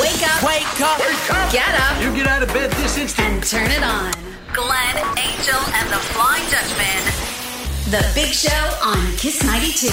Wake up. Wake up. Get up You get out of bed this instant. and turn it on. Glenn, Angel, and the Flying Dutchman. The Big Show on Kiss 92.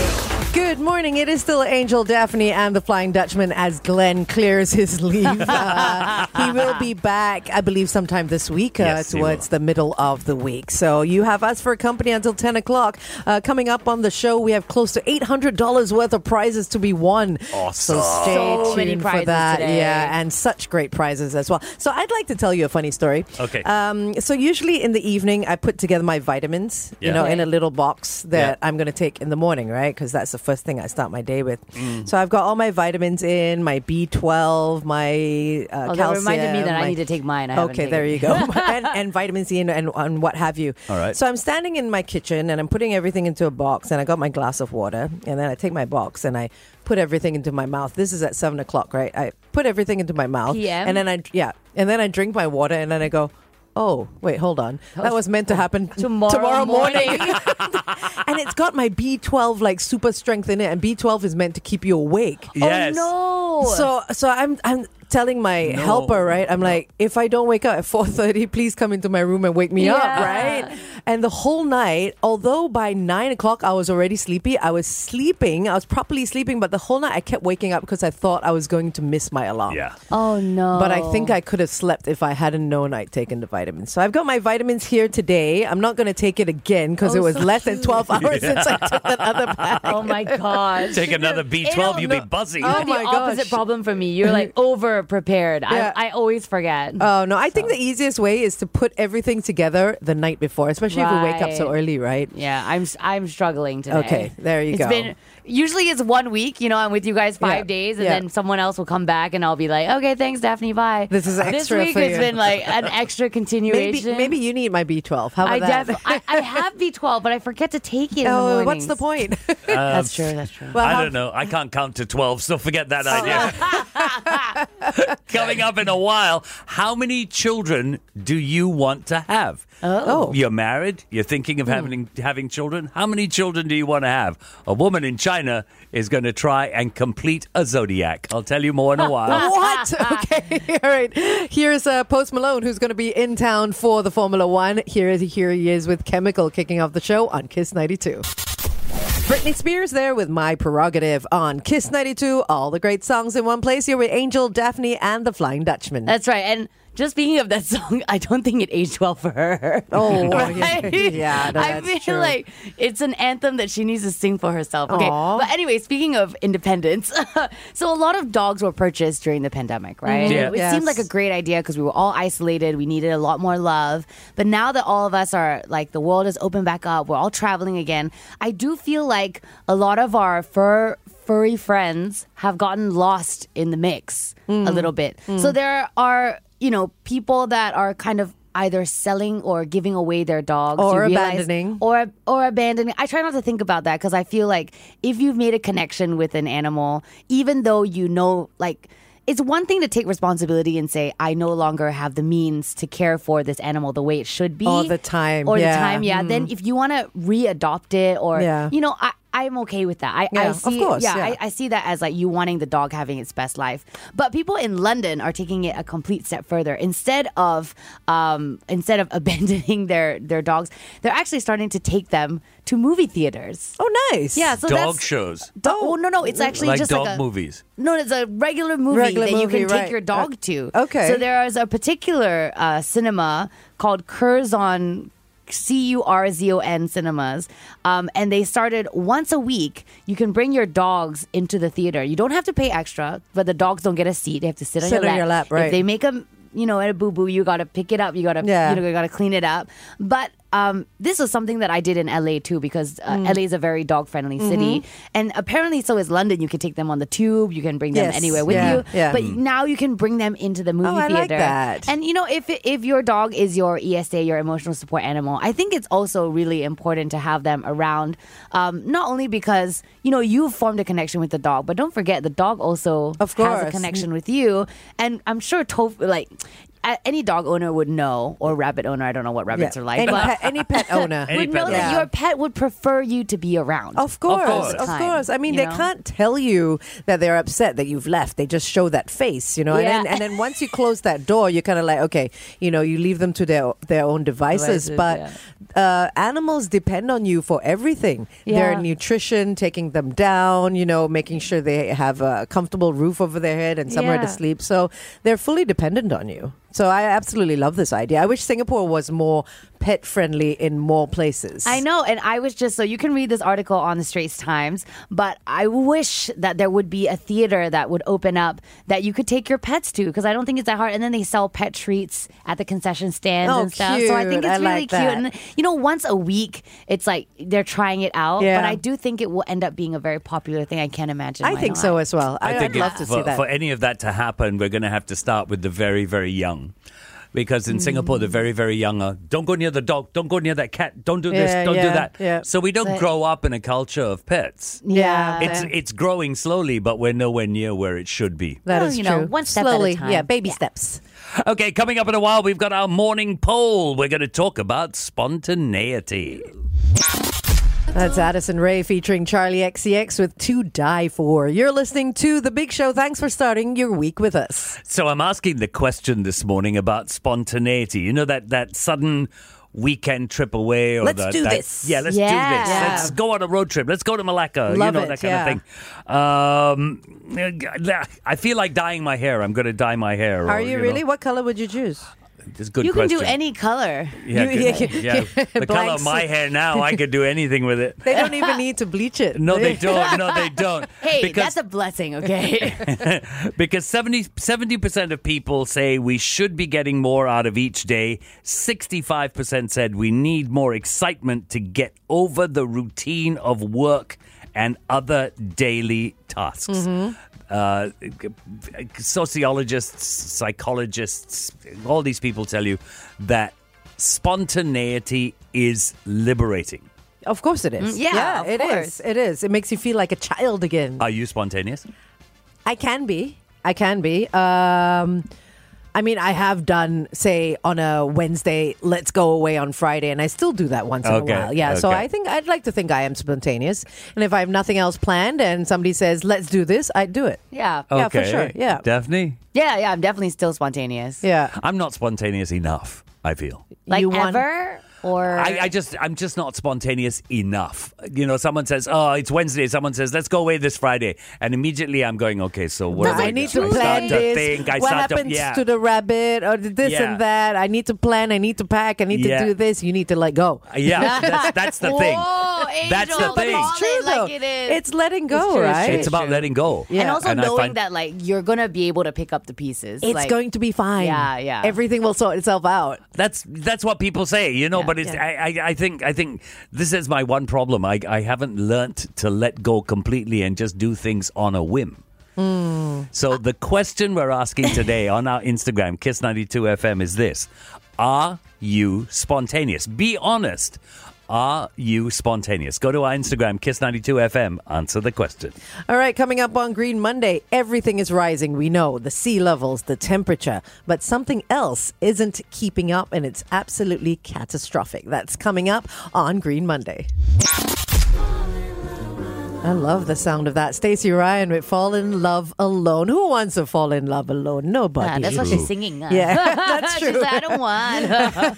Good morning. It is still Angel Daphne and the Flying Dutchman as Glenn clears his leave. Uh, he will be back, I believe, sometime this week uh, Yes, he towards the middle of the week. So you have us for company until 10 o'clock. Uh, coming up on the show, we have close to $800 worth of prizes to be won. Awesome. So stay So tuned many for prizes that. today. Yeah, and such great prizes as well. So I'd like to tell you a funny story. Okay. Uh, oh, Um, so usually in the evening, I put together my vitamins, you Yeah. know, Okay. in a little box that Yeah. I'm going to take in the morning, right? Because that's the first thing I start my day with. Mm. So I've got all my vitamins in, my B12, my uh, Oh, that calcium. reminded me that I my- need to take mine. I haven't okay, taken there it. you go. and, and vitamin C and, and, and what have you. All right. So I'm standing in my kitchen and I'm putting everything into a box and I got my glass of water and then I take my box and I put everything into my mouth. This is at seven o'clock, right? I put everything into my mouth. PM? And then I, yeah. And then I drink my water and then I go, oh, wait, hold on. That was meant to happen Tomorrow morning. and it's got my B12 like super strength in it, and B12 is meant to keep you awake. Yes. Oh no! So so I'm I'm telling my No. helper right. I'm like, if I don't wake up at four thirty, please come into my room and wake me up, Yeah. right? And the whole night, although by nine o'clock I was already sleepy, I was sleeping, I was properly sleeping, but the whole night I kept waking up because I thought I was going to miss my alarm. Yeah. oh no! But I think I could have slept if I hadn't known I'd taken the vitamins. So I've got my vitamins here today. I'm not going to take it again because Oh, it was so less than 12 hours since I took that other pack. Oh my god! Take another B12, you'll be buzzy. Oh, Oh my the opposite gosh. problem for me. You're like over prepared. Yeah. I, I always forget. Oh no! I think the easiest way is to put everything together the night before, especially if you wake up so Right. early, right? yeah, I'm s- I'm struggling today. Okay, there you It's go. Been, usually it's one week. You know, I'm with you guys five Yeah, days, and yeah. then someone else will come back, and I'll be like, okay, thanks, Daphne. Bye. This is extra This week for has you. been like an extra Maybe continuation. maybe you need my B twelve. How about I, that? def- I I have B12, but I forget to take it. in the oh, what's mornings. the point? Uh, That's true. That's true. Well, I how- don't know. I can't count to 12, so forget that Oh, idea. Coming up in a while, how many children do you want to have? Oh. You're married, you're thinking Hmm. of having having children. How many children do you want to have? A woman in China is going to try and complete a zodiac. I'll tell you more in a while. What? Okay, all right. Here's uh, Post Malone, who's going to be in town for the Formula One. Here, is- here he is with Chemical kicking off the show on Kiss 92. Britney Spears there with My Prerogative on Kiss 92. All the great songs in one place. Here with Angel, Daphne, and the Flying Dutchman. That's right. And just speaking of that song, I don't think it aged well for her. Oh, Right? yeah, no, I that's feel true. like it's an anthem that she needs to sing for herself. Okay, Aw. but anyway, speaking of independence, so a lot of dogs were purchased during the pandemic, right? Yeah. It, seemed like Mm-hmm. a Yes. great idea because we were all isolated. We needed a lot more love. But now that all of us are like the world is open back up, we're all traveling again. I do feel like a lot of our fur furry friends have gotten lost in the mix Mm. a little bit. So there are, you know, people that are kind of either selling or giving away their dogs Or you realize- abandoning. or or abandoning. I try not to think about that because I feel like if you've made a connection with an animal, even though you know, like. It's one thing to take responsibility and say, I no longer have the means to care for this animal the way it should be. Or the time, Or yeah. Mm-hmm. the time, yeah. Then if you want to readopt it or, Yeah. you know, I, I'm okay with that. I, Yeah, I of see, course, yeah, yeah. I, I see that as like you wanting the dog having its best life. But people in London are taking it a complete step further. Instead of um, instead of abandoning their their dogs, they're actually starting to take them to movie theaters. oh, nice. Yeah, so Dog that's- shows. Do- oh no no, it's actually Like just dog like a, movies. No, it's a regular movie Regular that you movie, can take right. Uh, your dog to. okay. So there is a particular uh, cinema called Curzon. C U R Z O N cinemas. Um, and they started once a week. You can bring your dogs into the theater. You don't have to pay extra, but the dogs don't get a seat. They have to sit, Sit on your lap, right. If they make a you know a boo boo, you gotta pick it up. You gotta Yeah. you know you gotta clean it up. But um, this was something that I did in LA too because uh, Mm. LA is a very dog friendly city, Mm-hmm. and apparently so is London. You can take them on the tube. You can bring them Yes. anywhere with Yeah. you. Yeah. But now you can bring them into the movie Oh, I theater. like that. And you know if if your dog is your ESA, your emotional support animal, I think it's also really important to have them around. Um, not only because you know you've formed a connection with the dog, but don't forget the dog also Of has course. a connection with you. And I'm sure Toph, like, a- any dog owner would know, or rabbit owner. I don't know what rabbits Yeah. are like, any, but pet, any pet owner. Any would pet know that owner. your pet would prefer you to be around. Of course, course. of Time, course. I mean, you they know? can't tell you that they're upset that you've left. They just show that face, you know. Yeah. And then, and then once you close that door, you're kind of like, okay, you know, you leave them to their their own devices. Devices, but uh, animals depend on you for everything. Yeah. Their nutrition, taking them down, you know, making sure they have a comfortable roof over their head and somewhere to Yeah. sleep. So they're fully dependent on you. So I absolutely love this idea. I wish Singapore was more pet friendly in more places. I know, and I was just so you can read this article on the Straits Times, but I wish that there would be a theater that would open up that you could take your pets to because I don't think it's that hard. And then they sell pet treats at the concession stands Oh, and stuff. So I cute. think it's I really like cute. that. And you know, once a week, it's like they're trying it out. Yeah. But I do think it will end up being a very popular thing. I can't imagine. I why think not. so as well. I, I think would love it- to for, see that. for any of that to happen, we're going to have to start with the very, very young. Because in Singapore, the very, very young are, don't go near the dog, don't go near that cat, don't do Yeah, this, don't do yeah, that. yeah. So we don't But- grow up in a culture of pets. Yeah. It's, it's growing slowly, but we're nowhere near where it should be. That Well, is you know, true. one step at a Slowly, time. yeah, baby Yeah. steps. Okay, coming up in a while, we've got our morning poll. We're going to talk about spontaneity. That's Addison Ray featuring Charlie XCX with To Die For. You're listening to The Big Show. Thanks for starting your week with us. So I'm asking the question this morning about spontaneity. You know that that sudden weekend trip away or Let's that, do that- this. Yeah, let's do Yeah. this. Let's go on a road trip. Let's go to Malacca. you Love know it, that yeah. kind of thing. Um, I feel like dyeing my hair. I'm going to dye my hair. or, Are you, know, really? What color would you choose? it's a good You can question. do any color. Yeah, You- good- yeah, yeah. The color Blank of my slate. hair now, I could do anything with it. They don't even need to bleach it. No, they don't. No, they don't. Hey, because that's a blessing, okay? because 70 percent of people say we should be getting more out of each day. Sixty-five percent said we need more excitement to get over the routine of work and other daily tasks. Mm-hmm. Uh, sociologists, psychologists, all these people tell you that spontaneity is liberating. Of course it is. Mm, yeah, yeah of it is. course. It is. It makes you feel like a child again. Are you spontaneous? I can be. I can be. Um, I mean, I have done, say, on a Wednesday, let's go away on Friday, and I still do that once in Okay, a while. Yeah, so okay. I think I'd like to think I am spontaneous. And if I have nothing else planned and somebody says, let's do this, I'd do it. yeah. Oh. Yeah, for sure. Yeah. Daphne, Yeah, yeah, I'm definitely still spontaneous. Yeah. I'm not spontaneous enough. I feel. Like You want- ever? Or I, I just I'm just not spontaneous enough. You know, someone says, "Oh, it's Wednesday." Someone says, "Let's go away this Friday," and immediately I'm going, "Okay, so what?" I do need do?" to I start plan to this. think, I what start happens yeah. to the rabbit or the this Yeah. and that? I need to plan. I need to pack. I need Yeah. to do this. You need to let go. yeah, that's, that's the thing. Whoa, That's the Oh, Angel, thing. call It's true it like though. it is. It's letting go, It's true, it's right? true. It's about letting go. Yeah. And also And I knowing find- that like you're gonna be able to pick up the pieces. It's Like, going to be fine. Yeah, yeah. Everything will sort itself out. That's that's what people say, you know. Yeah. but it's Yeah. I, I I think I think this is my one problem. I I haven't learnt to let go completely and just do things on a whim. Hmm. So the question we're asking today on our Instagram Kiss ninety two FM is this: Are you spontaneous? Be honest. Are you spontaneous? Go to our Instagram Kiss ninety two FM. Answer the question. All right, coming up on Green Monday, everything is rising. We know the sea levels, the temperature, but something else isn't keeping up and it's absolutely catastrophic. That's coming up on Green Monday. I love the sound of that. Stacey Ryan with Fall in Love Alone. Who wants to fall in love alone? Nobody. Yeah, that's what she's singing. uh. Yeah, that's She's true. like, I don't want.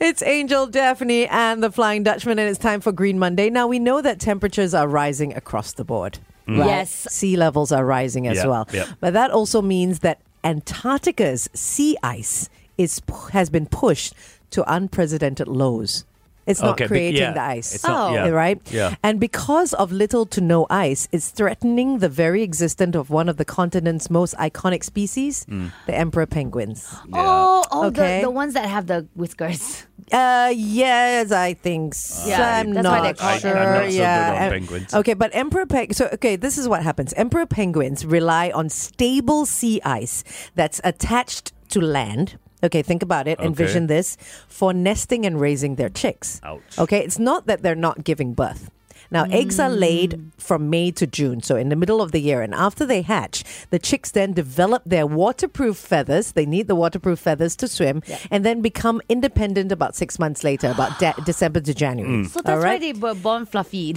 It's Angel, Daphne, and the Flying Dutchman, and it's time for Green Monday. Now, we know that temperatures are rising across the board. right? Yes. Sea levels are rising as Yeah, well. yeah. But that also means that Antarctica's sea ice is has been pushed to unprecedented lows. It's not Okay, but creating yeah, the ice. it's not- Oh. yeah, right? yeah. And because of little to no ice, it's threatening the very existence of one of the continent's most iconic species, Mm. the emperor penguins. Oh, oh Okay. the, the ones that have the whiskers. Uh, yes, I think so. Uh, Yeah, I'm that's not why they're called sure. emperor. I'm not so good yeah. on And- penguins. Okay, but emperor peng- so okay, this is what happens. Emperor penguins rely on stable sea ice that's attached to land. Okay, think about it. Envision this for nesting and raising their chicks. Ouch. Okay, it's not that they're not giving birth. Now, eggs are laid from May to June, so in the middle of the year. And after they hatch, the chicks then develop their waterproof feathers. They need the waterproof feathers to swim and then become independent about six months later, about de- December to January. So All that's why right? they were born fluffy.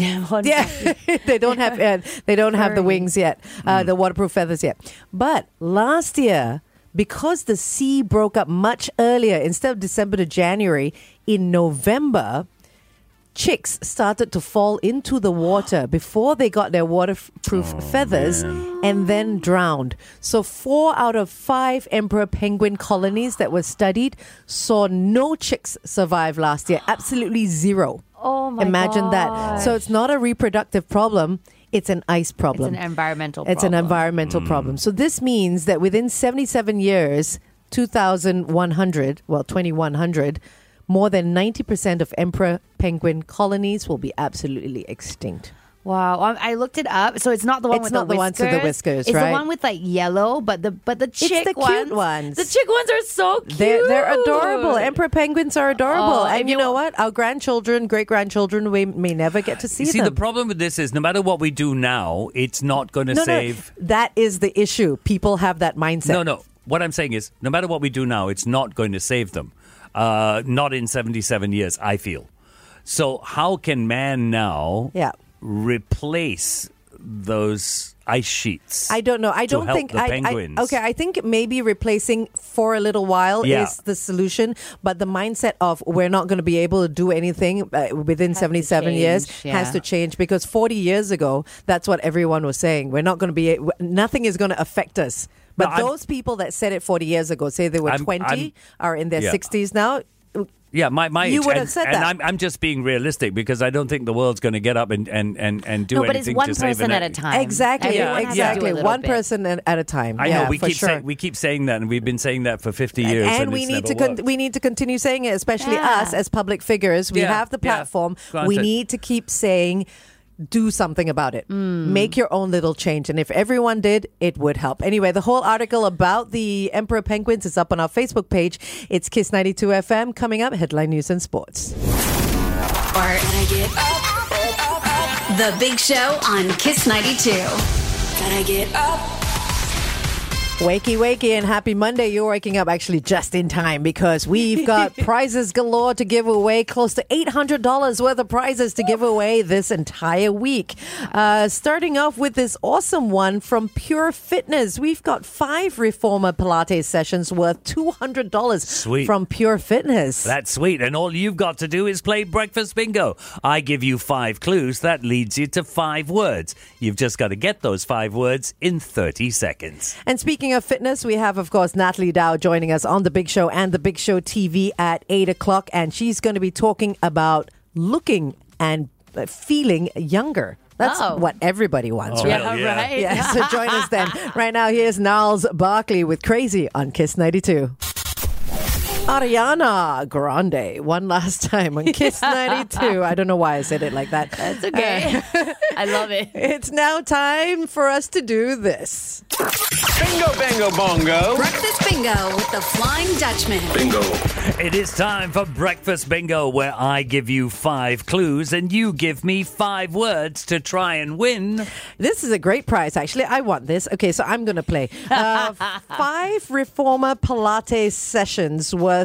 Yeah, they don't have uh, they don't have the wings yet, uh, the waterproof feathers yet. But last year, because the sea broke up much earlier, instead of December to January, in November. Chicks started to fall into the water before they got their waterproof feathers and then drowned. So, four out of five emperor penguin colonies that were studied saw no chicks survive last year. Absolutely zero. Oh my Imagine that. So it's not a reproductive problem, it's an ice problem. an environmental It's an problem. environmental Hmm. problem. So this means that within 77 years, 2100, well 2100, more than 90% of emperor penguin colonies will be absolutely extinct. Wow, um, I looked it up. So it's not the one It's with not the the ones whiskers. with the whiskers, It's right? the one with like yellow, but the but the chick the cute ones, ones. The chick ones are so cute. They're, they're adorable. Emperor penguins are adorable. Oh, and, and you you- know what? Our grandchildren, great grandchildren, we may never get to see, You see, them. the problem with this is no matter what we do now, it's not going to no, save. no, that is the issue. People have that mindset. No, no. What I'm saying is, no matter what we do now, it's not going to save them. Uh, not in 77 years, I feel. So, how can man now Yeah. replace those ice sheets? I don't know. I to don't help think the I, penguins? I okay, I think maybe replacing for a little while Yeah. is the solution, but the mindset of we're not going to be able to do anything uh, within 77 years change, has yeah. to change because 40 years ago that's what everyone was saying. We're not going to be a- nothing is going to affect us. No, But I'm- those people that said it 40 years ago say they were I'm- 20 I'm- are in their Yeah. 60s now. Yeah, my my You age, would have and, said and that. I'm, I'm just being realistic because I don't think the world's going to get up and and and and do No, but it's anything one to save person an- at a time. Exactly. Everyone has to do a exactly. little One bit. person at at a time. I yeah, know we for keep sure. saying we keep saying that, and we've been saying that for 50 years, and, and we it's need never to con- worked. we need to continue saying it, especially Yeah. us as public figures. We Yeah, have the yeah. platform. We Granted. need to keep saying. Do something about it. Make your own little change. And if everyone did, it would help. Anyway, the whole article about the emperor penguins is up on our Facebook page. It's Kiss 92 FM. Coming up, headline news and Or sports. can I get up, up, up, up? The Big Show on Kiss 92. Can I get up? Wakey, wakey, and happy Monday. You're waking up actually just in time because we've got prizes galore to give away, close to $800 worth of prizes to give away this entire week. Uh, starting off with this awesome one from Pure Fitness. We've got five reformer Pilates sessions worth $200 Sweet. from Pure Fitness. That's sweet. And all you've got to do is play breakfast bingo. I give you five clues. That leads you to five words. You've just got to get those five words in 30 seconds. And speaking of fitness, we have, of course, Natalie Dow joining us on The Big Show and The Big Show TV at 8 o'clock. And she's going to be talking about looking and uh, feeling younger. That's Oh. what everybody wants, right? hell yeah. right. Yeah, so join us then. Right now, here's Niles Barkley with Crazy on Kiss 92. Ariana Grande, one last time on Kiss 92. I don't know why I said it like that. It's okay. I love it. It's now time for us to do this. Bingo, bango, bongo. Breakfast bingo with the Flying Dutchman. Bingo. It is time for Breakfast Bingo, where I give you five clues and you give me five words to try and win. This is a great prize, actually. I want this. Okay, so I'm going to play. Uh, five reformer Pilates sessions worth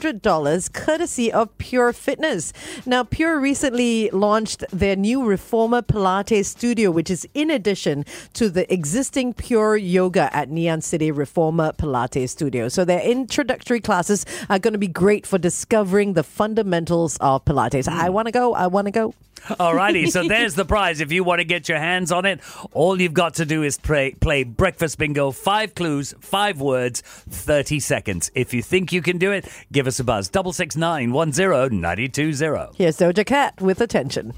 $200, courtesy of Pure Fitness. Now, Pure recently launched their new reformer Pilates studio, which is in addition to the existing Pure Yoga at Neon City Reformer Pilates Studio. So, their introductory classes are going to be great for discovering the fundamentals of Pilates. I want to go. I want to go. Alrighty, so there's the prize. If you want to get your hands on it, all you've got to do is play, play Breakfast Bingo. Five clues, five words, 30 seconds. If you think you can do it, give us a buzz. Double six nine one zero ninety two zero. Here's Doja Cat with attention.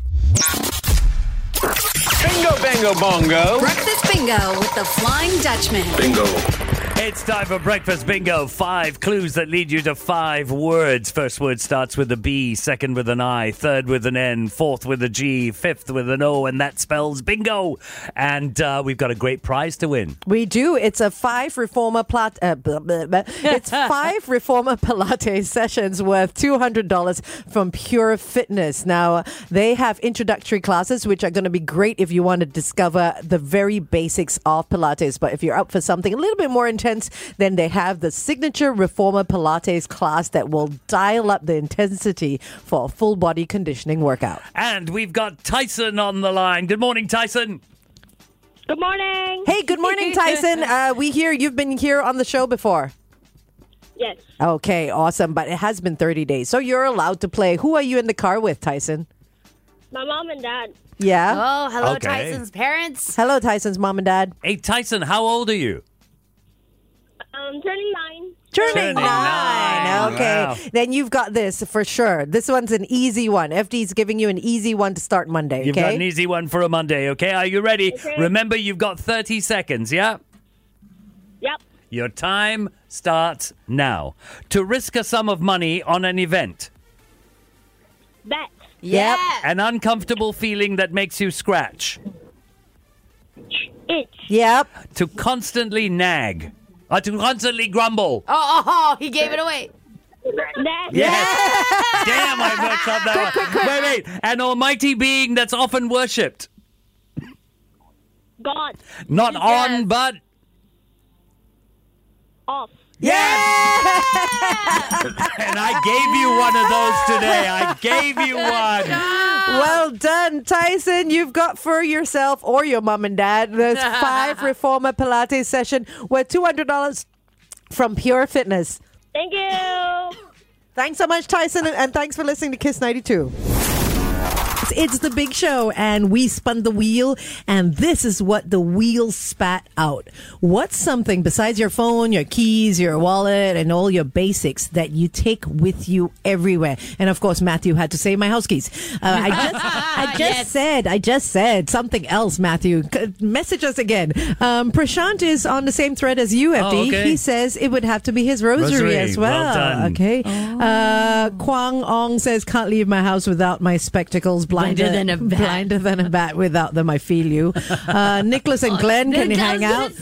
Bingo, bango, bongo. Breakfast bingo with the Flying Dutchman. Bingo. It's time for breakfast bingo. Five clues that lead you to five words. First word starts with a B, second with an I, third with an N, fourth with a G, fifth with an O, and that spells bingo. And uh, we've got a great prize to win. We do. It's a five reformer plat. Uh, blah, blah, blah. It's five reformer Pilates sessions worth two hundred dollars from Pure Fitness. Now they have introductory classes, which are going to be great if you want to discover the very basics of Pilates. But if you're up for something a little bit more intense, then they have the signature reformer Pilates class that will dial up the intensity for a full body conditioning workout. And we've got Tyson on the line. Good morning, Tyson. Good morning. Hey, good morning, Tyson. uh, we hear you've been here on the show before. Yes. Okay, awesome. But it has been 30 days, so you're allowed to play. Who are you in the car with, Tyson? My mom and dad. Yeah. Oh, hello, Okay. Tyson's parents. Hello, Tyson's mom and dad. Hey, Tyson, how old are you? Um, turning nine. Turning, Turning nine. nine. Okay. Wow. Then you've got this for sure. This one's an easy one. FD's giving you an easy one to start Monday. You've okay. got an easy one for a Monday, okay? Are you ready? Okay. Remember, you've got 30 seconds, yeah? Yep. Your time starts now. To risk a sum of money on an event, Bet. Yep. Yeah. an uncomfortable feeling that makes you scratch, Itch. Yep. to constantly nag, or to constantly grumble. Oh, oh, oh, he gave it away. Net. Yes! Damn, I messed up that one. Wait, wait. An almighty being that's often worshipped. God. Not on, guessed. but. Off. And I gave you one of those today. I gave you one. Ah. Well done, Tyson. You've got for yourself or your mom and dad this five reformer Pilates session worth two hundred dollars from Pure Fitness. Thank you. Thanks so much, Tyson, and- and thanks for listening to Kiss 92. It's- It's the big show, and we spun the wheel, and this is what the wheel spat out. What's something besides your phone, your keys, your wallet, and all your basics that you take with you everywhere? And of course, Matthew had to say my house keys. Uh, I just, I just Yes. said, I just said something else, Matthew. C- Message us again. Um, Prashant is on the same thread as you, FD. Oh, okay. He says it would have to be his rosary rosary Rosary. as well. Well done. Okay. Uh, Kwang Ong says, "Can't leave my house without my spectacles. Blinder, Blinder than a bat." blinder than a bat. Without them, I feel you." Uh, Nicholas and Glenn, can you hang out?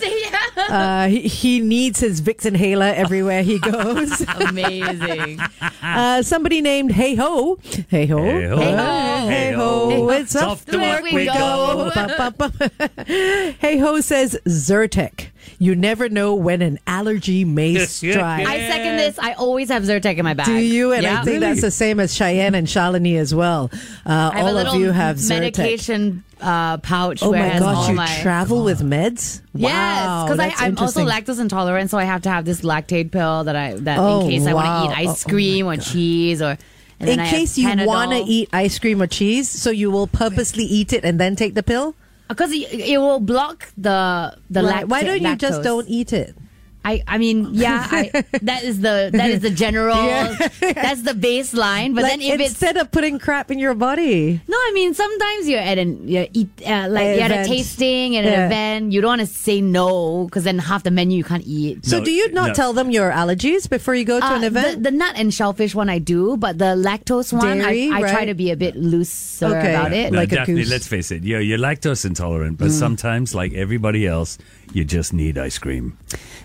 Uh, he, he needs his Vicks inhaler everywhere he goes. Amazing. Uh, somebody named Hey Ho. Hey Ho. Hey-ho. Uh, Hey Hey-ho. Ho. It's off to work we go. Ba, ba, ba. Hey Ho says Zyrtec. You never know when an allergy may strike. I second this. I always have Zyrtec in my bag. Do you? And Yeah. I think that's the same as Cheyenne and Shalini as well. Uh, I have all a of little you have Zyrtec. medication uh, pouch. Oh where it my has all gosh, you my... travel with meds? Wow, Yes, because that's I'm also interesting. lactose intolerant, so I have to have this lactate pill that I that Oh, in case I wow. want to Oh, eat oh ice cream or cheese or. And In then I have case you want to Panadol. eat ice cream or cheese, so you will purposely eat it and then take the pill? because it, it will block the the Right. lactate. Why don't you just lactose. don't eat it? I I mean, yeah, I, that is the that is the general. Yeah. That's the baseline. But Like, then if it's instead of putting crap in your body. No, I mean sometimes you're at an you're eat, uh, like An you're at event. a tasting and Yeah. an event. You don't want to say no because then half the menu you can't eat. So No, do you not no. tell them your allergies before you go to Uh, an event? The, the nut and shellfish one I do, but the lactose one Dairy, I, I try right? to be a bit looser Okay. about it. No, like a Daphne, goose. Mm. let's face it. You're, you're lactose intolerant, but sometimes, like everybody else, you just need ice cream.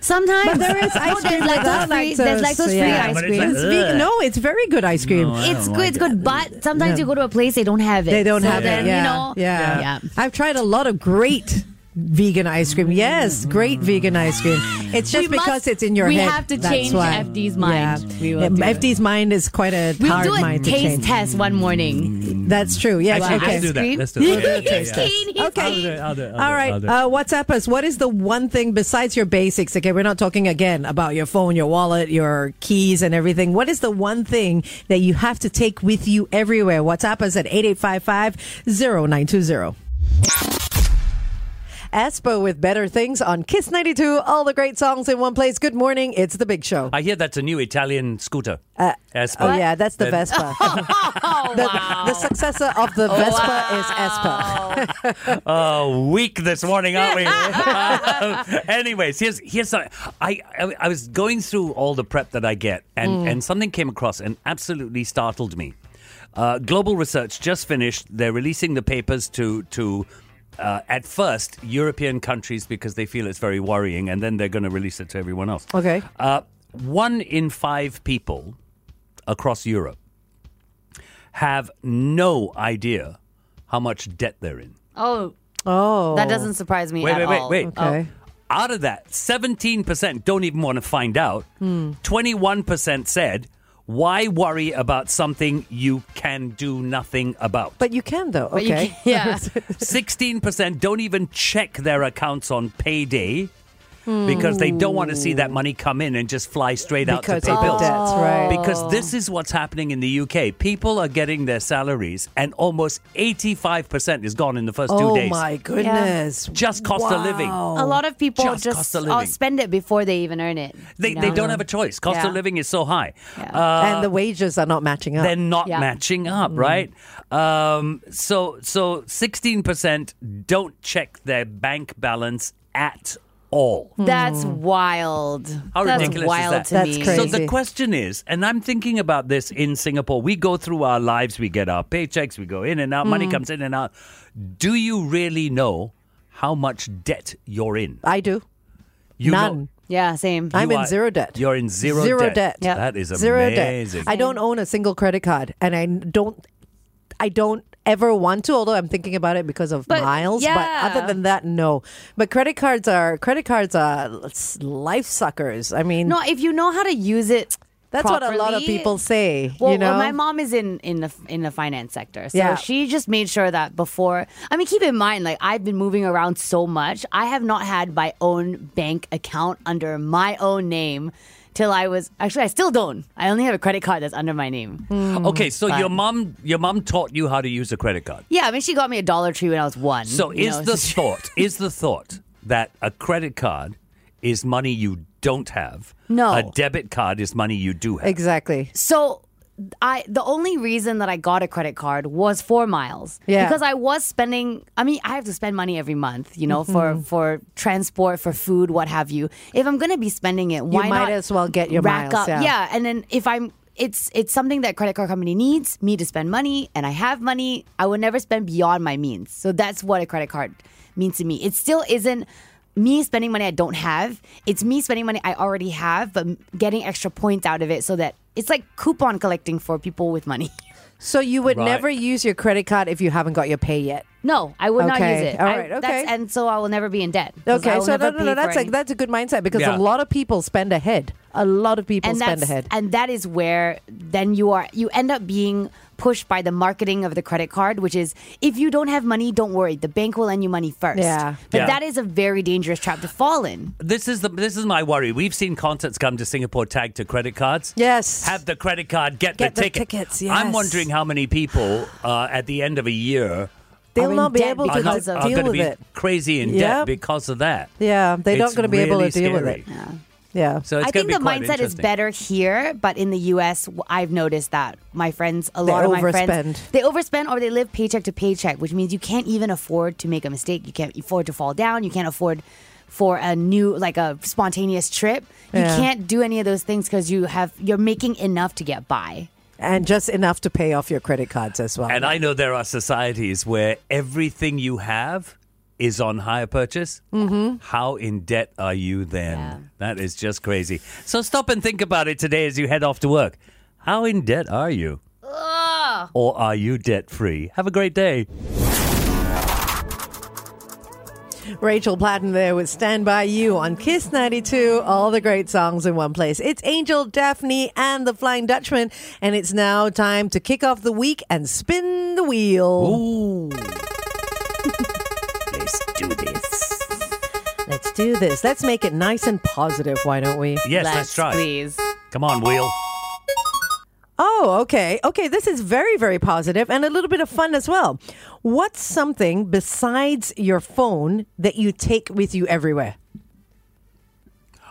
Sometimes But there is ice no, Oh, there's cream without lactose free. There's lactose, lactose free yeah. But ice it's cream. like- It's ve- Ugh. no, it's very good ice cream. No, I It's don't good, like it's it. good, but sometimes you go to a place they don't have it. They don't So have then, it. Yeah. You know, yeah. yeah. I've tried a lot of great vegan ice cream. Yes, great vegan ice cream. It's just We must- because it's in your we head. have to That's change why. FD's mind. Yeah. We will Yeah, do it. FD's mind is quite a We'll hard do a mind to taste change. test one morning. That's true. Yes. Actually, okay. let's Mm. do that. Ice Let's do You it. do a taste test. yeah. Keen, he's Okay. I'll keen. do it, I'll do it, All right. I'll do it. Uh, WhatsApp us. What is the one thing besides your basics? Okay, we're not talking again about your phone, your wallet, your keys, and everything. What is the one thing that you have to take with you everywhere? WhatsApp us at 8855 0920. Espo with Better Things on Kiss 92. All the great songs in one place. Good morning. It's The Big Show. I hear that's a new Italian scooter. Espa. Oh, yeah, that's the Then- Vespa. the, the successor of the Vespa is Espa. Oh, weak this morning, aren't we? Anyways, here's here's something. I, I I was going through all the prep that I get, and and something came across and absolutely startled me. Uh, Global Research just finished. They're releasing the papers to to. Uh, at first, European countries because they feel it's very worrying, and then they're going to release it to everyone else. Okay. Uh, one in five people across Europe have no idea how much debt they're in. Oh, Oh. that doesn't surprise me Wait, at wait, wait, all. wait. Okay. Out of that, 17% don't even want to find out. Hmm. 21% said, why worry about something you can do nothing about? But you can, though. you Okay. can- yeah. 16% don't even check their accounts on payday Hmm. because they don't want to see that money come in and just fly straight out because to of pay the bills. debts, Oh. right? Because this is what's happening in the UK. People are getting their salaries, and almost 85% is gone in the first two oh, days. my goodness. Just cost of living. A lot of people Just just, cost of uh, living. spend it before they even earn it. They, you know? they don't have a choice. Cost Yeah. of living is so high. Yeah. Uh, and the wages are not matching up. they're not Yeah. matching up, Mm. right? Um, so so 16% don't check their bank balance at all. That's wild. How That's ridiculous is wild that? to Hmm. That's me. crazy. So the question is, and I'm thinking about this in Singapore. We go through our lives, we get our paychecks, we go in and out, Mm. money comes in and out. Do you really know how much debt you're in? I do. You know- None. Yeah, same. I'm You in are- zero debt. You're in zero, zero debt. Yeah. That is amazing. Zero debt. I don't own a single credit card, and I n- don't. I don't ever want to. Although I'm thinking about it because of But, miles. yeah. But other than that, no. But credit cards are credit cards are s- life suckers. I mean, no, if you know how to use it, that's what a lot of properly- people say. Well, you know, well, my mom is in in the in the finance sector, so Yeah. she just made sure that before. I mean, keep in mind, like I've been moving around so much, I have not had my own bank account under my own name till I was actually I still don't. I only have a credit card that's under my name. Mm, Okay, so your Fine. mom your mom taught you how to use a credit card. Yeah, I mean, she got me a Dollar Tree when I was one. Mm, So you is know, the thought is the thought that a credit card is money you don't have? No. A debit card is money you do have. exactly. So I the only reason that I got a credit card was for miles. Yeah. Because I was spending I mean, I have to spend money every month, you know, for for transport, for food, what have you. If I'm gonna be spending it, why might not as well get your rack miles, up? yeah. and then if I'm it's it's something that credit card company needs me to spend money and I have money. I would never spend beyond my means. So that's what a credit card means to me. It still isn't me spending money I don't have. It's me spending money I already have, but getting extra points out of it so that it's like coupon collecting for people with money. So you would Right. never use your credit card if you haven't got your pay yet. No, I would not Okay. use it. All I- right, that's- okay. and so I will never be in debt. 'cause I Okay, will so no, never no, pay no, for that's a, anything. that's a good mindset because a Yeah. lot of people spend ahead. A lot of people and spend that's ahead. and that is where then you are you end up being pushed by the marketing of the credit card which is if you don't have money don't worry the bank will lend you money first Yeah. but Yeah. that is a very dangerous trap to fall in This is the this is my worry. We've seen concerts come to Singapore tagged to credit cards. Yes. Have the credit card, get, Get the ticket. tickets, I'm yes. wondering how many people uh, at the end of a year They'll are in not be debt able to are, because not- of- are deal going to with be it. crazy in Yeah. debt because of that. Yeah, they It's don't gonna be able to really deal with scary. it. yeah. So it's I gonna think be the quite mindset is interesting. better here, but in the US, w- I've noticed that my friends, a lot of my overspend. friends, they overspend or they live paycheck to paycheck, which means you can't even afford to make a mistake. You can't afford to fall down. You can't afford for a new, like a spontaneous trip. You Yeah. can't do any of those things because you have you're making enough to get by. and just enough to pay off your credit cards as well. And I know there are societies where everything you have is on hire purchase. Mm-hmm. How in debt are you then? That is just crazy. So stop and think about it today as you head off to work. How in debt are you? Or are you debt free? Have a great day. Rachel Platten there with Stand By You on Kiss 92, all the great songs in one place. It's Angel, Daphne, and the Flying Dutchman, and it's now time to kick off the week and spin the wheel. Ooh. Let's do this. Let's do this. Let's make it nice and positive, why don't we? Yes, let's, try. Please. Come on, wheel. Oh, okay. Okay, this is very, very positive and a little bit of fun as well. What's something besides your phone that you take with you everywhere?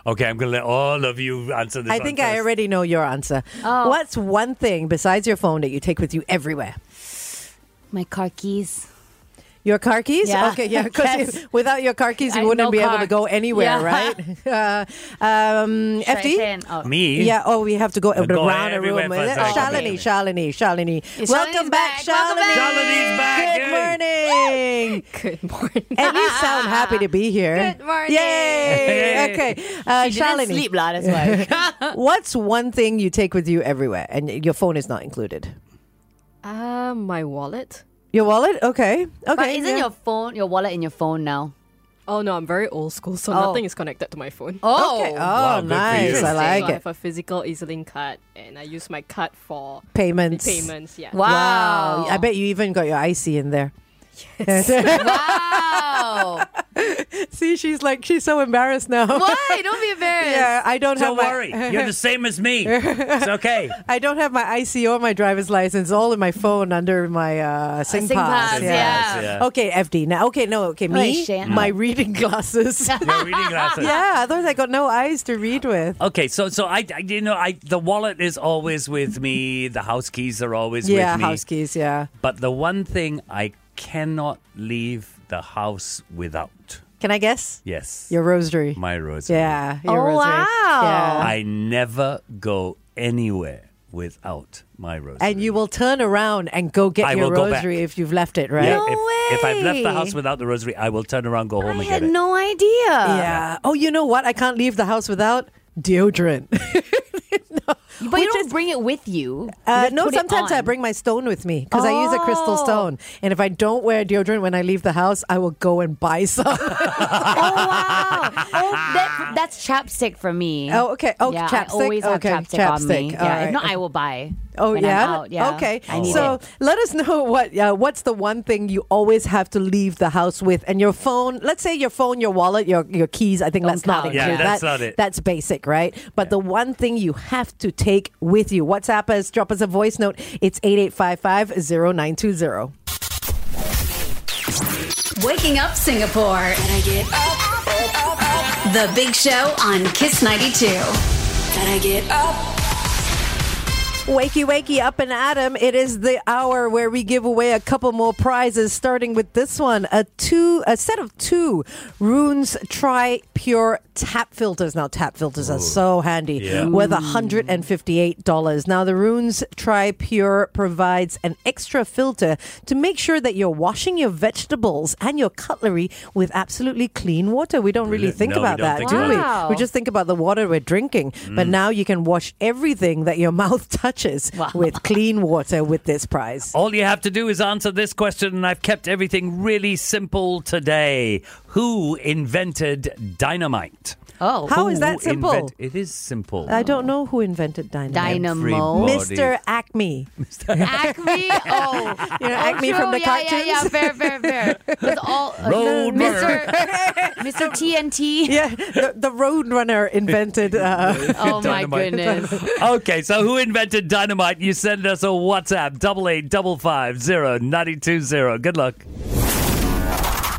Okay, I'm going to let all of you answer this. I one think I first. already know your answer. Oh. What's one thing besides your phone that you take with you everywhere? My car keys. Your car keys? Yeah. Okay, yeah, because Yes. without your car keys, you I- wouldn't no be able car. to go anywhere, Yeah. right? uh, um, Should I FD? say an- oh. Me? Yeah, oh, we have to go, go around a everywhere room. for a Is it? second. Shalini, Shalini, Shalini. Shalini's Welcome back, back. Welcome Shalini. back. Shalini's back. Good Yay. morning. Good morning. and you sound happy to be here. Good morning. Yay. Hey. Okay. Uh, She didn't Shalini, sleep, lah, that's why. what's one thing you take with you everywhere and your phone is not included? Uh, my wallet. Your wallet? Okay. Okay. but isn't yeah. your phone, your wallet in your phone now? Oh no, I'm very old school, so Oh. nothing is connected to my phone. Oh. Okay. Oh, Wow, good for you. nice. I so like I it. have a physical EasyLink card, and I use my card for Payments. payments. Yeah. Wow. Wow. Oh, I bet you even got your icy in there. Wow. See, she's like, she's so embarrassed now. Why? Don't be embarrassed. Yeah, I don't Don't have my- worry. You're the same as me. It's okay. I don't have my IC or my driver's license all in my phone under my uh, SingPass. SingPass, yeah. yeah. Okay, FD. Now, okay, no, okay, me, Right, Shan. my reading glasses. Your reading glasses. yeah, otherwise I got no eyes to read with. Okay, so so I, I- you know I the wallet is always with me. The house keys are always yeah, with me. house keys. Yeah. But the one thing I cannot leave the house without. Can I guess? Yes. Your rosary. my rosary. yeah. Your Oh, rosary. wow. Yeah. I never go anywhere without my rosary. and you will turn around and go get I your will go rosary back. if you've left it, right? Yeah, No if, if I've left the way. house without the rosary, I will turn around, go home I and get had it. no idea. Yeah. Oh, you know what? I can't leave the house without deodorant. But you don't bring it with you. You Uh, just no, put it sometimes I on. bring my stone with me because I use a crystal Oh. stone. And if I don't wear deodorant when I leave the house, I will go and buy some. Oh wow! Oh, that, that's chapstick for me. Oh, okay. Oh, yeah, chapstick? I always have Okay, chapstick, on chapstick. me. All Yeah, right. if not, I will buy. oh, when yeah? I'm out. yeah. Okay. I need so it. let us know what uh, what's the one thing you always have to leave the house with, and your phone. Let's say your phone, your wallet, your your keys. I think Don't that's not count. included. Yeah, that's That- not it. That's basic, right? But the one thing you have to take with you. WhatsApp us. Drop us a voice note. It's eight eight five five zero nine two zero. Waking up Singapore. Can I get up, up, up, up? The Big Show on Kiss 92. Can I get up? Wakey, wakey, up and at 'em. It is the hour where we give away a couple more prizes, starting with this one a two, a set of two Runes Tri Pure tap filters. Now, tap filters are so handy, Yeah. worth $158. Now, the Runes Tri Pure provides an extra filter to make sure that you're washing your vegetables and your cutlery with absolutely clean water. We don't really Brilliant. think No, we about don't that, think do about we? it. Wow. We just just think about the water we're drinking, but now you can wash everything that your mouth touches with clean water with this prize. All you have to do is answer this question, and I've kept everything really simple today. Who invented dynamite? Oh, How Who is that simple? invent- it is simple. I don't know who invented dynamite. Dynamo. Everybody. Mr. Acme. Acme. Oh, You know, Oh, Acme true. from the yeah, cartoons. Yeah, yeah, fair, fair, fair. It's all uh, Road Mr. Mr. TNT. Yeah, the, the roadrunner invented. Uh, Oh my Dynamite. goodness. okay, so who invented dynamite? You send us a WhatsApp double eight double five zero ninety two zero. Good luck.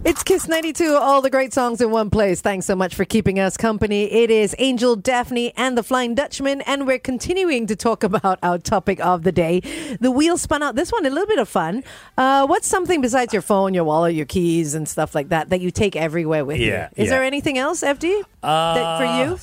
it's Kiss 92, all the great songs in one place. Thanks so much for keeping us company. It is Angel, Daphne, and the Flying Dutchman, and we're continuing to talk about our topic of the day. The wheel spun out. This one, a little bit of fun. Uh, what's something besides your phone, your wallet, your keys, and stuff like that that you take everywhere with Yeah, you? Is yeah. Uh, there anything else, FD, that for you?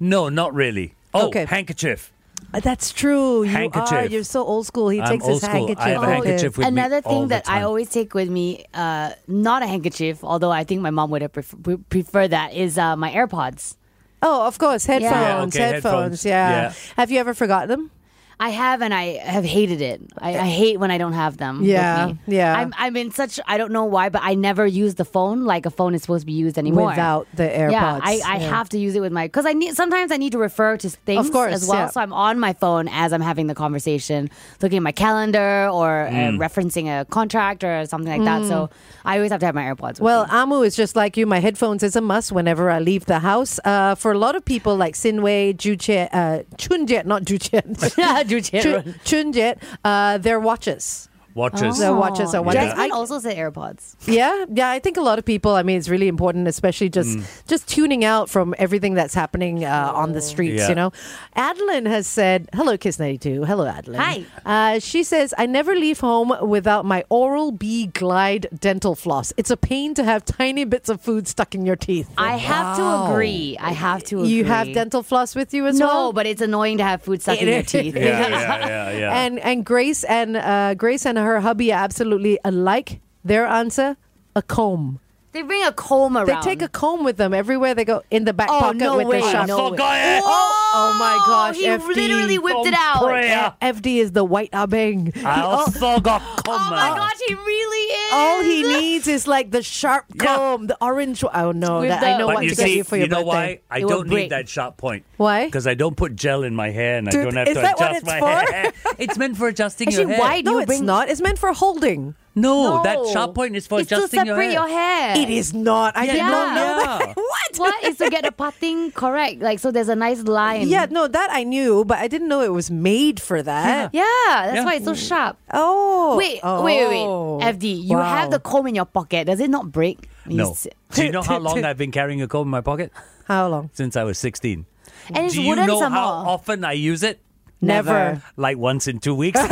No, not really. Oh, Okay. handkerchief. Uh, That's true. You are. Handkerchief. You're so old school. He I'm takes old his school. handkerchief. I have a out there. handkerchief with me Another all thing the that I time. always take with me, uh, not a handkerchief, although I think my mom would have pref- pre- prefer that, is uh, my AirPods. Oh, of course, headphones, Yeah, okay, headphones. headphones. Yeah. Yeah. Have you ever forgotten them? I have, and I have hated it. I, I hate when I don't have them. with Yeah, me. yeah. I'm, I'm in such. I don't know why, but I never use the phone like a phone is supposed to be used anymore. Without the AirPods, yeah, I, I yeah. have to use it with my because I need. Sometimes I need to refer to things Of course, as well. yeah. So I'm on my phone as I'm having the conversation, looking at my calendar or Mm. uh, referencing a contract or something like that. So I always have to have my AirPods. With Mm. Well, me. Amu is just like you. My headphones is a must whenever I leave the house. Uh, for a lot of people like Sinwei, Juche, uh, Chunjet, not Juchet, 주제론. Chunjit, uh, their watches. Watches. Their watches are watches. Jasmine also said AirPods. Yeah, yeah. I think a lot of people. I mean, it's really important, especially just just tuning out from everything that's happening uh, on the streets. Yeah. You know, Adeline has said, "Hello, Kiss ninety two. Hello, Adeline. Hi. Uh, she says, "I never leave home without my Oral B Glide dental floss. It's a pain to have tiny bits of food stuck in your teeth. I have to agree. I have to agree. Oh, you have dental floss with you as No, well. but it's annoying to have food stuck in your teeth. Yeah, yeah, yeah, yeah. and and Grace and uh, Grace and her hubby are absolutely alike. Their answer: a comb. They bring a comb around. They take a comb with them everywhere they go in the back Oh, pocket no with way, the I shop. no way. forgot it. Oh, oh my gosh, He FD. literally whipped it out. Prayer. FD is the white abeng. I all, also got comma. Oh my gosh, he really is. all he needs is like the sharp Yeah. comb, the orange. one. Oh no, With that, the- I know But what you to get see, you for your know birthday. why? I It will don't need break. that sharp point. Why? Because I don't put gel in my hair and I Dude, don't have is to that what adjust it's my for? hair. It's meant for adjusting your Actually, hair. why do No, you it's bring? not. It's meant for holding. No, No. that sharp point is for It's to adjusting Oh, separate your hair. It is not. I did Yeah. not know that. Yeah. what? What is to get the parting correct? Like so, there's a nice line. Yeah, no, that I knew, but I didn't know it was made for that. Yeah, that's Yeah. why it's so sharp. Oh, Wait, wait, wait, Oh. wait. FD, you Wow. have the comb in your pocket. Does it not break? You No. s- Do you know how long I've been carrying a comb in my pocket? How long? Since I was 16. And it's Do you wooden know some how more. often I use it? Never. Like once in two weeks.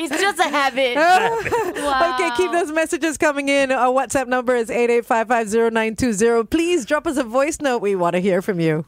It's just a habit. wow. Okay, keep those messages coming in. Our WhatsApp number is 88550920. Please drop us a voice note. We want to hear from you.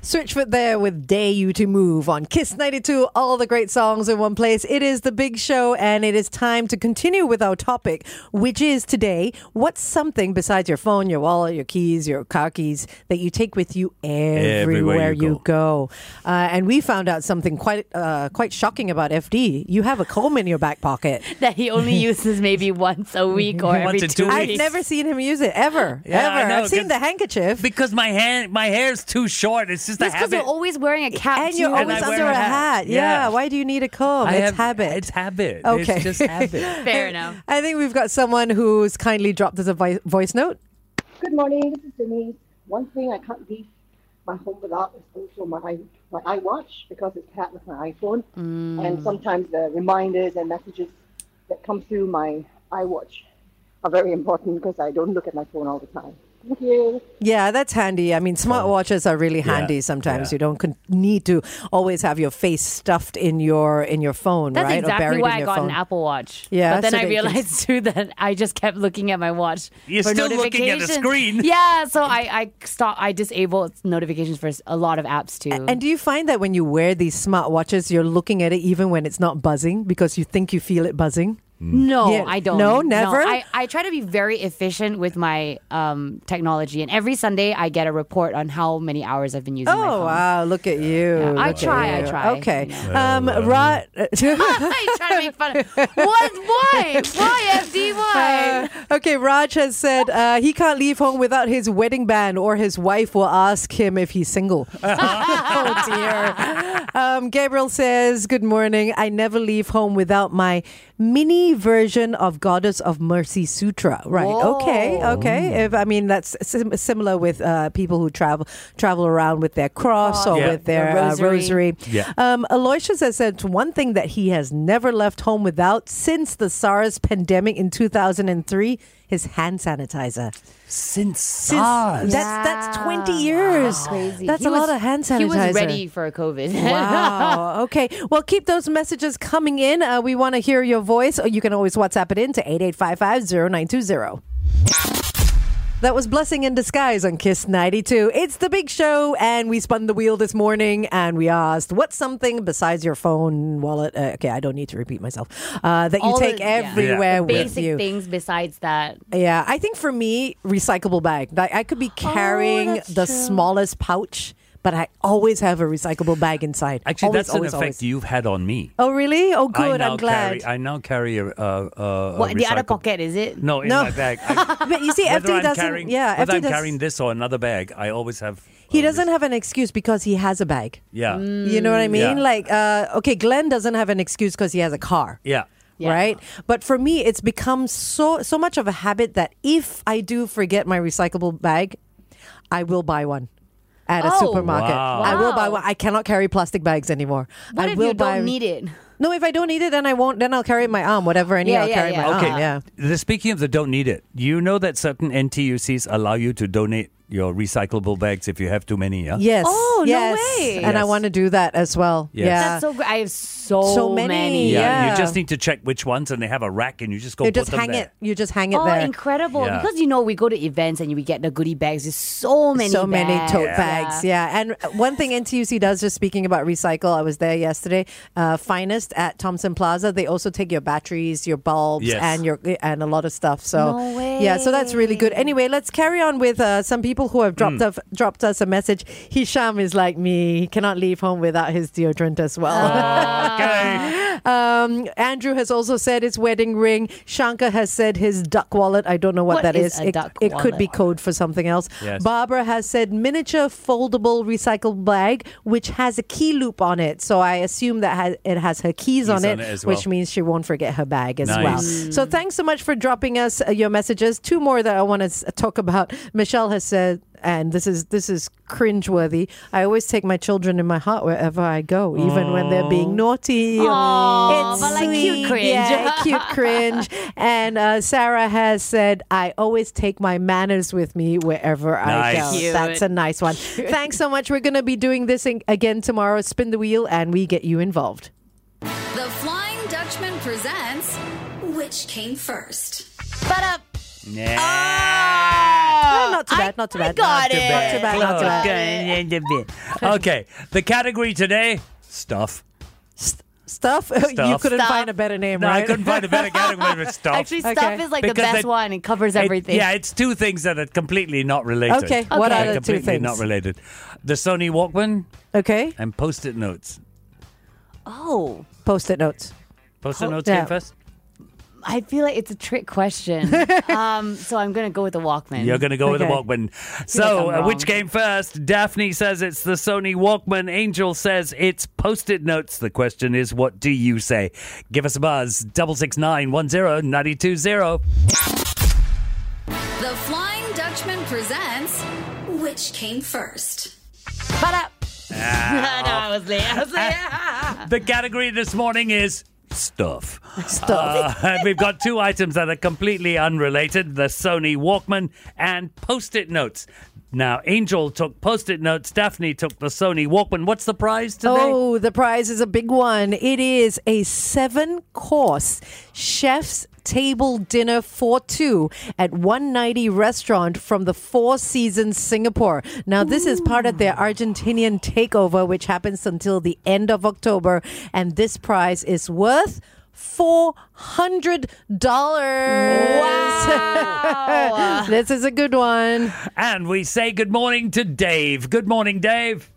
Switchfoot there with Day You to Move on Kiss 92, all the great songs in one place. It is the big show, and it is time to continue with our topic, which is today what's something besides your phone, your wallet, your keys, your car keys that you take with you everywhere, Everywhere you you go? Uh, and we found out something quite, uh, quite shocking about FD. You have a comb in your back pocket. That he only uses maybe once a week or every Once in two two weeks. I've never seen him use it ever, Yeah, I ever. know, I've seen 'cause- the handkerchief, because my hair, my hair's too short. It's just Just a because habit. you're always wearing a cap and you're too. And always I wear under a a hat. hat. Yeah. Yeah. Why do you need a comb? I it's have- habit. It's habit. Okay. It's just habit. Fair enough. I think we've got someone who's kindly dropped us a voi- voice note. Good morning, this is Denise. One thing I can't leave my home without is also my my iWatch because it's paired with my iPhone, Mm. and sometimes the reminders and messages that come through my iWatch are very important because I don't look at my phone all the time. Thank you. Yeah, that's handy. I mean, smartwatches are really handy sometimes. yeah. You don't con- need to always have your face stuffed in your in your phone, That's right? or exactly buried why in I your got phone. an Apple Watch. Yeah, but then so I they can- realized too that I just kept looking at my watch. You're for still looking at the notifications. screen. Yeah, so I I stopped. I disabled notifications for a lot of apps too. And do you find that when you wear these smartwatches, you're looking at it even when it's not buzzing because you think you feel it buzzing? no, Yeah. I don't. No, never? I, I try to be very efficient with my um, technology, and every Sunday I get a report on how many hours I've been using. my Oh phone. wow, look at you! I look at try, I you. try, Okay, you um, Ra- I try to make fun of what? Why? Why FD? Why? Uh, okay, Raj has said uh, he can't leave home without his wedding band, or his wife will ask him if he's single. oh dear. Um, Gabriel says, "Good morning. I never leave home without my mini version of Goddess of Mercy Sutra." Right. Okay. Okay. If I mean that's sim- similar with uh, people who travel travel around with their cross or Yeah. with their The uh, rosary. rosary. Yeah. Um, Aloysius has said one thing that he has never left home without since the SARS pandemic in 2003 his hand sanitizer. Since Since- SARS. That's that's 20 years. That's, Crazy. a He was- lot of hand sanitizer. He was ready for COVID. Wow. Okay. Well, keep those messages coming in. Uh, we want to hear your voice. Or you can always WhatsApp it in to 8855-0920. That was Blessing in Disguise on Kiss 92. It's the big show, and we spun the wheel this morning and we asked, What's something besides your phone, wallet? Uh, okay, I don't need to repeat myself. Uh, that you All take the- yeah. everywhere Yeah. with Basic you. things besides that. Yeah, I think for me, recyclable bag. Like I could be carrying Oh, that's the true. smallest pouch, but I always have a recyclable bag inside. Actually, Always, that's an always, effect always. you've had on me. Oh really? Oh I good. now I'm glad. Carry, I now carry a, a, a, a What the other recyclable- pocket is it? No, in No. my bag. I, but you see, whether FD I'm doesn't. carrying, yeah, whether FD I'm does- carrying this or another bag, I always have. He a doesn't Mm. recy- have an excuse because he has a bag. Yeah, You know what I mean? Mm, Yeah. Like, uh, okay, Glenn doesn't have an excuse because he has a car. yeah. Yeah. Right, but for me, it's become so so much of a habit that if I do forget my recyclable bag, I will buy one. at a Oh. supermarket. Wow. I will buy Wow. one. I cannot carry plastic bags anymore. What I if will you buy don't need it? No, if I don't need it, then I won't. Then I'll carry my arm, whatever I need. Yeah, I'll yeah, carry yeah. my Okay. arm. Yeah. Uh, The, speaking of the don't need it, you know that certain NTUCs allow you to donate your recyclable bags if you have too many, yeah? Yes. Oh, no yes. way. And I Yes. want to do that as well. Yes. Yeah. That's so great. I have so, So many. Yeah, Yeah. you just need to check which ones, and they have a rack, and you just go. you put just them hang there. it. You just hang it Oh, there. incredible! Yeah. Because you know we go to events and we get the goodie bags. There's so many, so many bags. tote bags. Yeah. And one thing NTUC does, just speaking about recycle, I was there yesterday. Uh, Finest at Thompson Plaza, they also take your batteries, your bulbs, Yes. and your and a lot of stuff. So No yeah, so that's really good. way. Anyway, let's carry on with uh, some people who have dropped Mm. us, dropped us a message. Hisham is like me; he cannot leave home without his deodorant as well. Oh. Okay. Um, Andrew has also said his wedding ring. Shankar has said his duck wallet. I don't know what, What that is is. a it, duck it could be wallet? code for something else. Yes. Barbara has said miniature foldable recycled bag, which has a key loop on it. So I assume that has, it has her keys, on on it, it as which well. means she won't forget her bag as Nice. well. Mm. So thanks so much for dropping us uh, your messages. Two more that I want to talk about. Michelle has said. And this is this is cringeworthy. I always take my children in my heart wherever I go, even when they're being naughty. Aw, it's but like cute sweet. cringe. Yeah, cute cringe. And uh, Sarah has said, I always take my manners with me wherever I Nice. go. Cute. That's a nice one. Thanks so much. We're going to be doing this in- again tomorrow. Spin the wheel and we get you involved. The Flying Dutchman presents Which Came First? But uh, up. Ah, Yeah. No, not too bad. Not too I bad. got it. Not too bad. Not too bad. Okay. The category today stuff. Stuff? You Stuff. couldn't Stuff. find a better name, No, right? I couldn't find a better category for stuff. Actually, Okay. stuff is like the Because best that- one. It covers everything. It, yeah, it's two things that are completely not related. Okay, what Okay. are They're the two completely things? not related. The Sony Walkman Okay. and Post-it notes. Oh, Post it notes. Post-it Oh, notes yeah. came first. I feel like it's a trick question. um, so I'm gonna go with the Walkman. You're going to go Okay. with the Walkman. So, like I'm uh, which wrong. came first? Daphne says it's the Sony Walkman. Angel says it's Post-it notes. The question is, what do you say? Give us a buzz. Double six nine one zero ninety two zero. The Flying Dutchman presents Which Came First? But up. no, I was late. I was late. The category this morning is stuff. Stuff. Uh, and we've got two items that are completely unrelated the Sony Walkman and Post it notes. Now, Angel took Post it notes, Daphne took the Sony Walkman. What's the prize today? Oh, the prize is a big one. It is a seven course chef's table dinner for two at 190 restaurant from the Four Seasons Singapore. Now this is part of their Argentinian takeover which happens until the end of October and this prize is worth Four hundred dollars. Wow, this is a good one. And we say good morning to Dave. Good morning, Dave.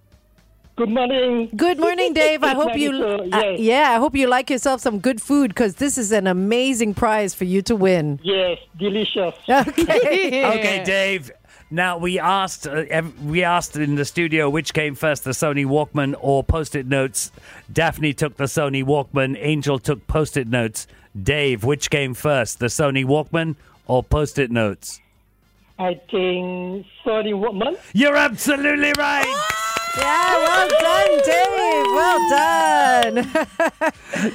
Good morning. Good morning, Dave. I Good hope you, morning, sir. uh, Yes. yeah, I hope you like yourself some good food because this is an amazing prize for you to win. Yes, delicious. Okay. Okay, Dave. Now we asked uh, ev- we asked in the studio which came first, the Sony Walkman or Post-it notes. Daphne took the Sony Walkman. Angel took Post-it notes. Dave, which came first, the Sony Walkman or Post-it notes? I think sorry, what month? You're absolutely right. yeah, well done, Dave. Well done.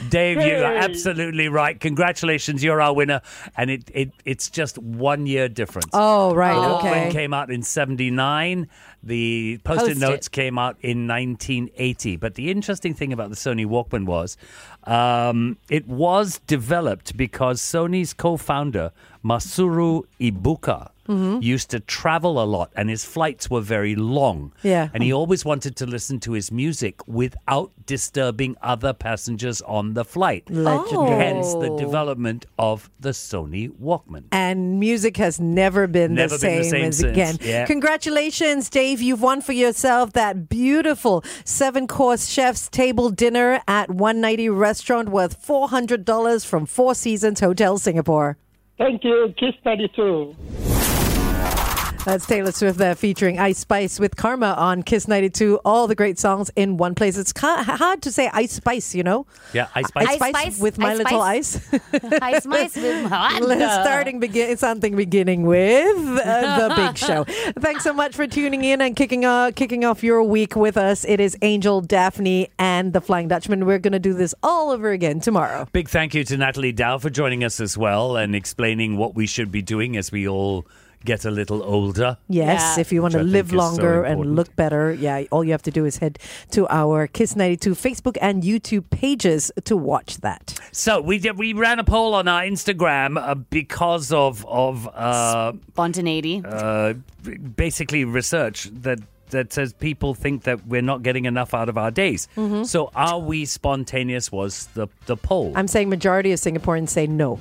Dave, you are Yay. absolutely right. Congratulations, you're our winner. And it, it it's just one year difference. Oh, right. The Walkman Okay. came out in 79. The Post-it, Post-it. Notes came out in 1980. But the interesting thing about the Sony Walkman was um, it was developed because Sony's co-founder, Masuru Ibuka, Mm-hmm. used to travel a lot and his flights were very long. Yeah. And he always wanted to listen to his music without disturbing other passengers on the flight. Legendary. Hence the development of the Sony Walkman. And music has never been, the, Never same been the same as since. again. Yeah. Congratulations, Dave. You've won for yourself that beautiful seven course chef's table dinner at 190 restaurant worth $400 from Four Seasons Hotel Singapore. Thank you, Kiss 92. That's Taylor Swift there featuring Ice Spice with Karma on Kiss 92. All the great songs in one place. It's ca- hard to say Ice Spice, you know? Yeah, Ice Ice Spice. Spice, with My Ice Little Spice. Ice. Ice Spice with my Let's starting begin something beginning with uh, the big show. Thanks so much for tuning in and kicking uh, kicking off your week with us. It is Angel, Daphne, and the Flying Dutchman. We're going to do this all over again tomorrow. Big thank you to Natalie Dow for joining us as well and explaining what we should be doing as we all get a little older. Yes, Yeah. if you want to Which I live think is so longer and important. look better, yeah, all you have to do is head to our Kiss 92 Facebook and YouTube pages to watch that. So we did, we ran a poll on our Instagram uh, because of of uh, Spontaneity. uh, basically research that that says people think that we're not getting enough out of our days. So are we spontaneous? Was the the poll? Mm-hmm. I'm saying majority of Singaporeans say no.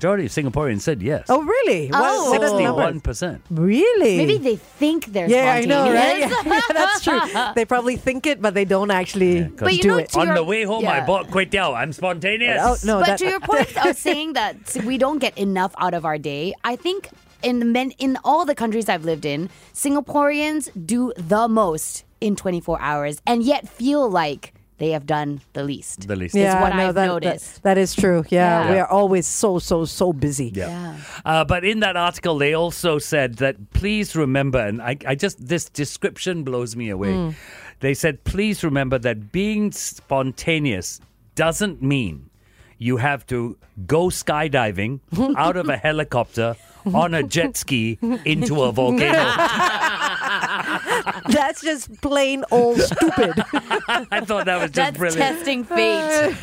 Majority of Singaporeans said yes. Oh, really? Oh. What- what are the Sixty-one numbers? percent. Really? Maybe they think they're Yeah, I know, right? spontaneous. Yeah, yeah, that's true. They probably think it, but they don't actually But you do know, it. to On your- the way home, I Yeah. bought kway teow. I'm spontaneous. Oh no! but that- to your point of saying that we don't get enough out of our day, I think in the men in all the countries I've lived in, Singaporeans do the most in 24 hours, and yet feel like they have done the least. The least. is what no, that- I've that- noticed. that is true. Yeah, Yeah. we are always so so so busy. Yeah. Yeah. Uh, but in that article, they also said that please remember, and I, I just, this description blows me away. Hmm. They said, please remember that being spontaneous doesn't mean you have to go skydiving out of a helicopter on a jet ski into a volcano. That's just plain old stupid. I thought that was just That's brilliant. testing fate.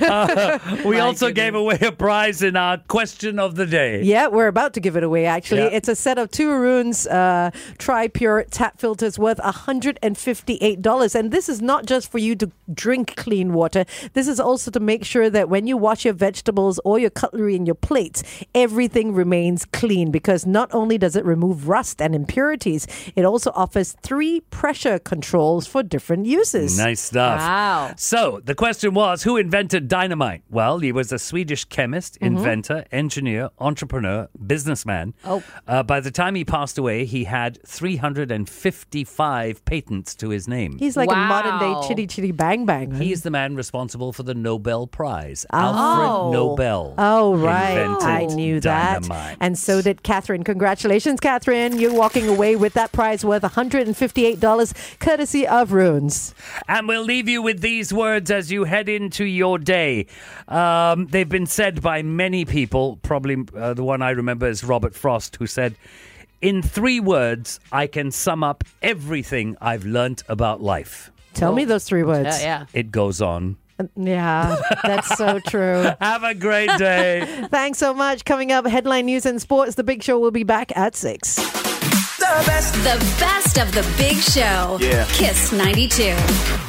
We My also goodness. gave away a prize in our question of the day. yeah, we're about to give it away. Actually, Yeah. it's a set of two Arun's uh, Tri Pure tap filters worth hundred and fifty eight dollars. And this is not just for you to drink clean water. This is also to make sure that when you wash your vegetables or your cutlery and your plates, everything remains clean because not only does it remove rust and impurities, it also offers three pressure controls for different uses. Nice stuff. Wow. So the question was who invented dynamite? Well, he was a Swedish chemist, Mm-hmm. inventor, engineer, entrepreneur, businessman. Oh. Uh, by the time he passed away, he had 355 patents to his name. He's like a modern day Wow. chitty chitty bang bang. he is the man responsible for the Nobel Prize. Oh. Alfred Nobel. Oh, right. I invented knew that. dynamite. And so did Catherine. Congratulations, Catherine. You're walking away with that prize worth $158, courtesy of Runes. And we'll leave you with these words as you head into your day. Um, they've been said by many people. Probably uh, the one I remember is Robert Frost, who said, In three words, I can sum up everything I've learnt about life. Tell me those three words. yeah, yeah. It goes on. Yeah, that's so true. Have a great day. Thanks so much. Coming up, headline news and sports. The Big Show will be back at 6. The best of the big show. Yeah. Kiss 92.